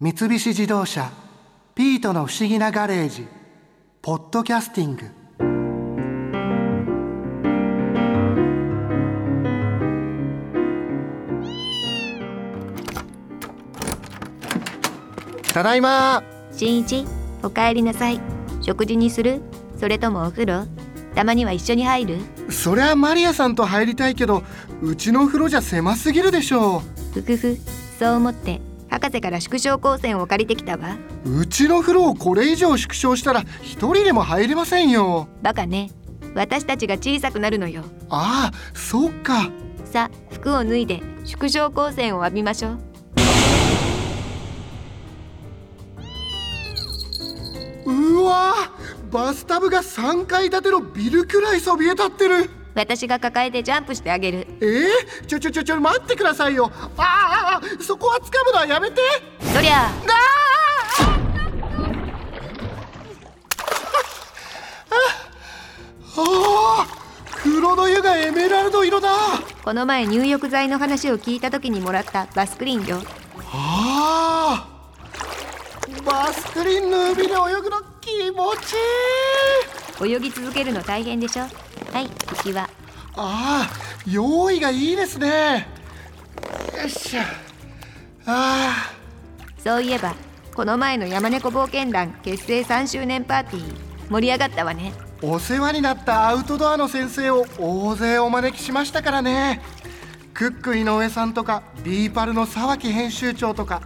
三菱自動車「ピートの不思議なガレージ」「ポッドキャスティング」ただいま新一お帰りなさい食事にするそれともお風呂たまには一緒に入るそりゃマリアさんと入りたいけどうちのお風呂じゃ狭すぎるでしょふふふそう思って博士から縮小光線を借りてきたわううちの風呂をこれ以上縮小したら一人でも入れませんよバカね私たちが小さくなるのよああそっかさ服を脱いで縮小光線を浴びましょううわバスタブが3階建てのビルくらいそびえ立ってる私が抱えてジャンプしてあげるえー、ちょちょちょちょ待ってくださいよあーあーそこは掴むのはやめてそりゃあー あーあー黒の湯がエメラルド色だこの前入浴剤の話を聞いた時にもらったバスクリンよあーバスクリーンの海で泳ぐの気持ちいい泳ぎ続けるの大変でしょはい行きはああ用意がいいですねよっしゃあそういえばこの前の山猫冒険団結成3周年パーティー盛り上がったわねーお世話になったアウトドアの先生を大勢お招きしましたからねクック井上さんとかビーパルの沢木編集長とか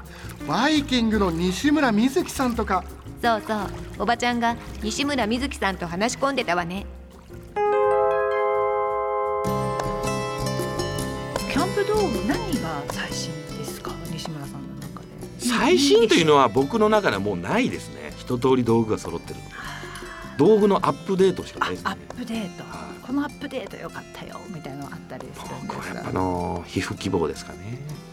バイキングの西村瑞希さんとかそうそうおばちゃんが西村瑞希さんと話し込んでたわねキャンプ道具何が最新ですか西村さんの中で最新というのは僕の中ではもうないですね一通り道具が揃ってる道具のアップデートしかないあですアねップデートはこのアップデート良かったよみたいなのあったりするんで僕はすやっぱがあの皮膚希望ですかね、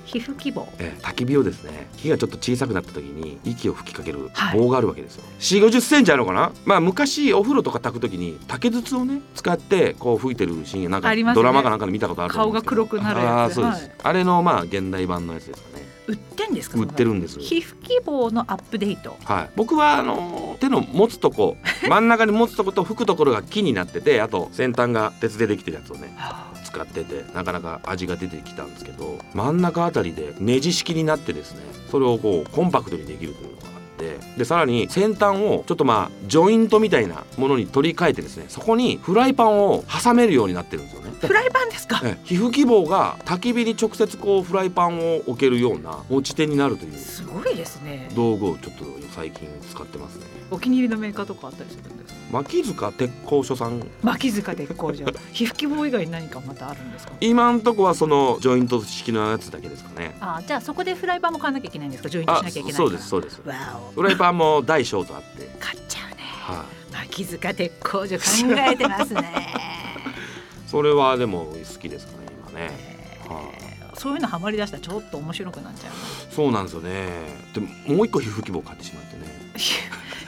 皮膚希望ええ焚き火をですね火がちょっと小さくなった時に息を吹きかけるはい棒があるわけですよ、4 5 0センチあるのかなまあ昔お風呂とか炊く時に竹筒をね使ってこう吹いてるシーンなんか、ありますねドラマかなんかで見たことあると思うんですけど顔が黒くなるやつああそうです、はいあれのまあ現代版のやつですかね売ってんですか売ってるんんです皮膚希望のアップデートはい、僕はあのー手の持つと こ真ん中に持つとこと吹くところが木になっててあと先端が鉄でできてるやつをね使っててなかなか味が出てきたんですけど真ん中あたりでネジ式になってですねそれをこうコンパクトにできるというのがあってでさらに先端をちょっとまあジョイントみたいなものに取り替えてですねそこにフライパンを挟めるようになってるんです よね。フライパンですかええ皮膚希望が焚き火に直接こうフライパンを置けるような持ち手になるというすごいですね道具をちょっと最近使ってますね。お気に入りのメーカーとかあったりするんですか巻塚鉄工所さん巻き塚鉄工所皮膚希望以外に何かまたあるんですか今んとこはそのジョイント式のやつだけですかねあじゃあそこでフライパンも買わなきゃいけないんですかジョイントしあなきゃいけないからそうですそうですわおフライパンも大小とあって、買っちゃうねは巻き塚鉄工所考えてます ねい、それはでも好きですかね今ね、はいそういうのハマりだしたらちょっと面白くなっちゃうそうなんですよねでももう一個皮膚規模買ってしまってね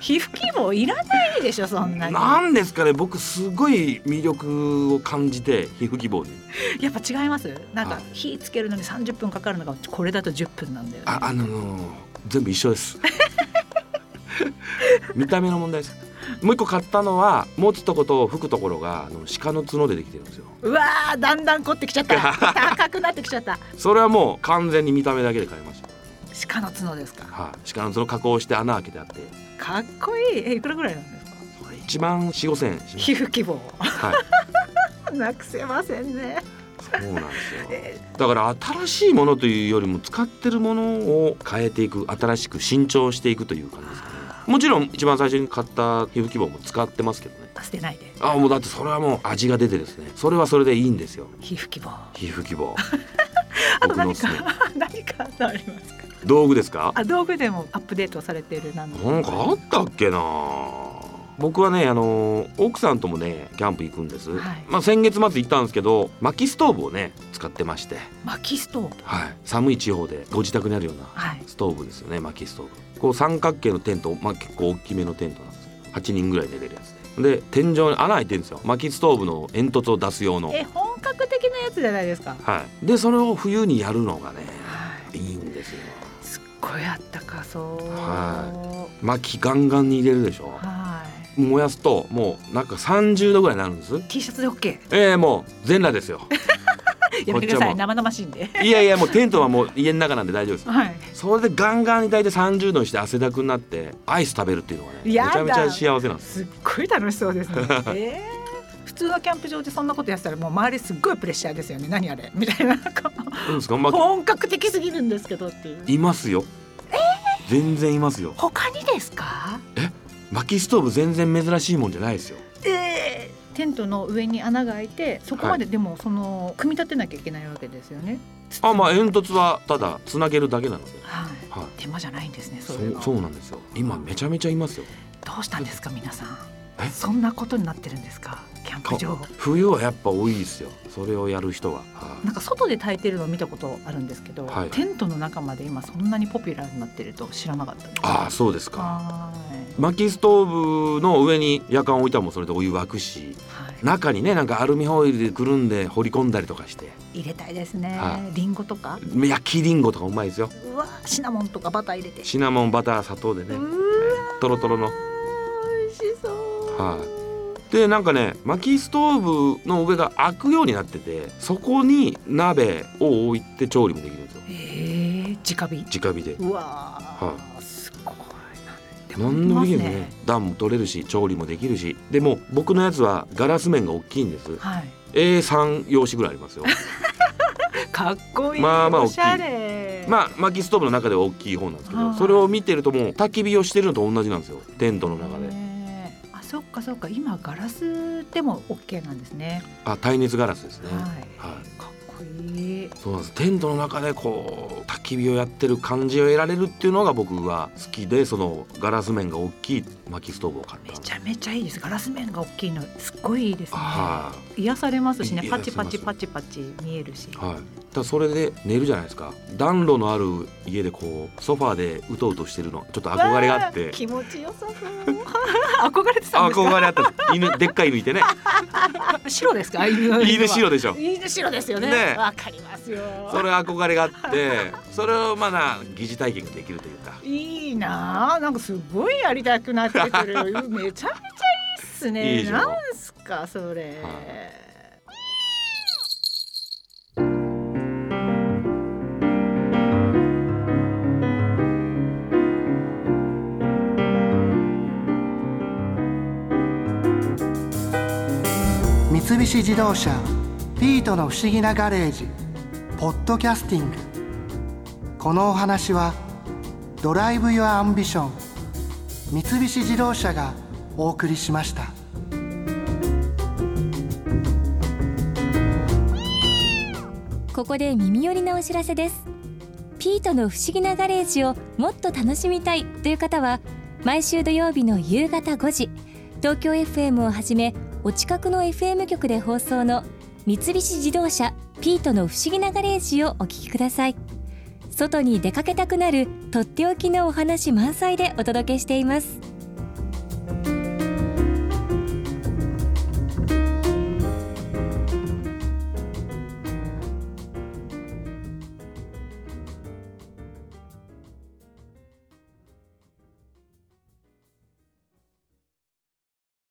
皮膚希望いらないでしょそんなになんですかね僕すごい魅力を感じて皮膚希望にやっぱ違いますなんかはい火つけるのに30分かかるのがこれだと10分なんだよねああのー全部一緒です 見た目の問題ですもう一個買ったのは持つとこと吹くところがあの鹿の角でできてるんですようわーだんだん凝ってきち ゃった高くなってきちゃったそれはもう完全に見た目だけで買いました、鹿の角ですかはい、鹿の角加工して穴開けてあって かっこいいえいくらぐらいなんですか1万4 5千円しま皮し膚希望 た、はい、なくせませんねそうなんですよえだから新しいものというよりも使ってるものを変えていく新しく新調していくという感じですかねもちろん一番最初に買った皮膚希望も使ってますけどねー捨てないであもうだってそれはもう味が出てですねそれはそれでいいんですよ皮膚希望皮膚希望 あと僕のお何すすか め何かありますか道具ですかあ道具でもアップデートされてるなんなんかあったっけな僕はねあの奥さんともねキャンプ行くんです、はいまあ、先月末行ったんですけど薪ストーブをね使ってまして、薪ストーブはい、寒い地方でご自宅にあるようなはいストーブですよね薪ストーブこう三角形のテント、まあ、結構大きめのテントなんですけど8人ぐらい寝れるやつでで天井に穴開いてるんですよ薪ストーブの煙突を出す用の、え本格的なやつじゃないですかはい、でそれを冬にやるのがねはいいんですよすっごいあったかそうは薪ガンガンに入れるでしょは燃やすともうなんか30度ぐらいになるんですい T シャツで OK ええもう全裸ですよやめてくだこさっちはもうい生々しいんでいやいやもうテントはもう家の中なんで大丈夫ですはいそれでガンガンに大体30度にして汗だくになってアイス食べるっていうのがねめちやだゃめちゃ幸せなんですすっごい楽しそう ですねえー普通のキャンプ場でそんなことやってたらもう周りすっごいプレッシャーですよね何あれみたいななんかどうですか、まあ、本格的すぎるんですけどっていういますよ全然いますよ他にですか薪ストーブ全然珍しいもんじゃないですよえーテントの上に穴が開いてそこまででもその組み立てなきゃいけないわけですよね。あまあ煙突はただつなげるだけなんですよはい。はい手間じゃないんですね。そそういううのそうなんですよ今めちゃめちゃいますよどうしたんですか皆さんえ。そんなことになってるんですかキャンプ場。冬はやっぱ多いですよそれをやる人は、はいなんか外で炊いてるのを見たことあるんですけど、はいテントの中まで今そんなにポピュラーになってると知らなかったです。ああそうですかはい薪ストーブの上に夜間置いたらもうそれでお湯沸くしはい中にねなんかアルミホイルでくるんで掘り込んだりとかして入れたいですねは。リンゴとか、焼きりんごとかうまいですようわシナモンとかバター入れて。シナモンバター砂糖でうねートロトロの美味しそう。はいでなんかね薪ストーブの上が開くようになっててそこに鍋を置いて調理もできるんですよええ直火。直火でうわー、はすごいな。何でもできるんででね暖も取れるし調理もできるしでも僕のやつはガラス面が大きいんですはい。 A3 用紙ぐらいあり ますよかっこいい。まあまあおしゃれ。あまあ薪ストーブの中では大きい方なんですけどはいそれを見てるともう焚き火をしてるのと同じなんですよテントの中であ、そっかそっか。今ガラスでもオッケーなんですね。あ耐熱ガラスですねはい。はいかっこいい。そうなんですテントの中でこう焚き火をやってる感じを得られるっていうのが僕は好きでそのガラス面が大きい薪ストーブを買っためんですちゃめちゃいいです。ガラス面が大きいのすっごいいいですね。は癒されますしね。癒パされますチパチパチパチ見えるし。い、はい、だからそれで寝るじゃないですか暖炉のある家でこうソファーでうとうとしてるのちょっと憧れがあっわーて気持ちよさそう。 憧れてたんですか。憧れあったんです犬でっかい犬いてね白ですか。犬は犬白でしょ犬白ですよねね。わ、かりますよ。それ憧れがあってそれをまあな疑似体験ができるというかいいなあなんかすごいやりたくなってくるめちゃめちゃいいっすねいいじゃんなんすかそれ、は三菱自動車ピートの不思議なガレージポッドキャスティングこのお話はドライブ・ユア・アンビション三菱自動車がお送りしましたここで耳寄りなお知らせですピートの不思議なガレージをもっと楽しみたいという方は毎週土曜日の夕方5時東京 FM をはじめお近くの FM 局で放送の三菱自動車ピートの不思議なガレージをお聞きください外に出かけたくなるとっておきのお話満載でお届けしています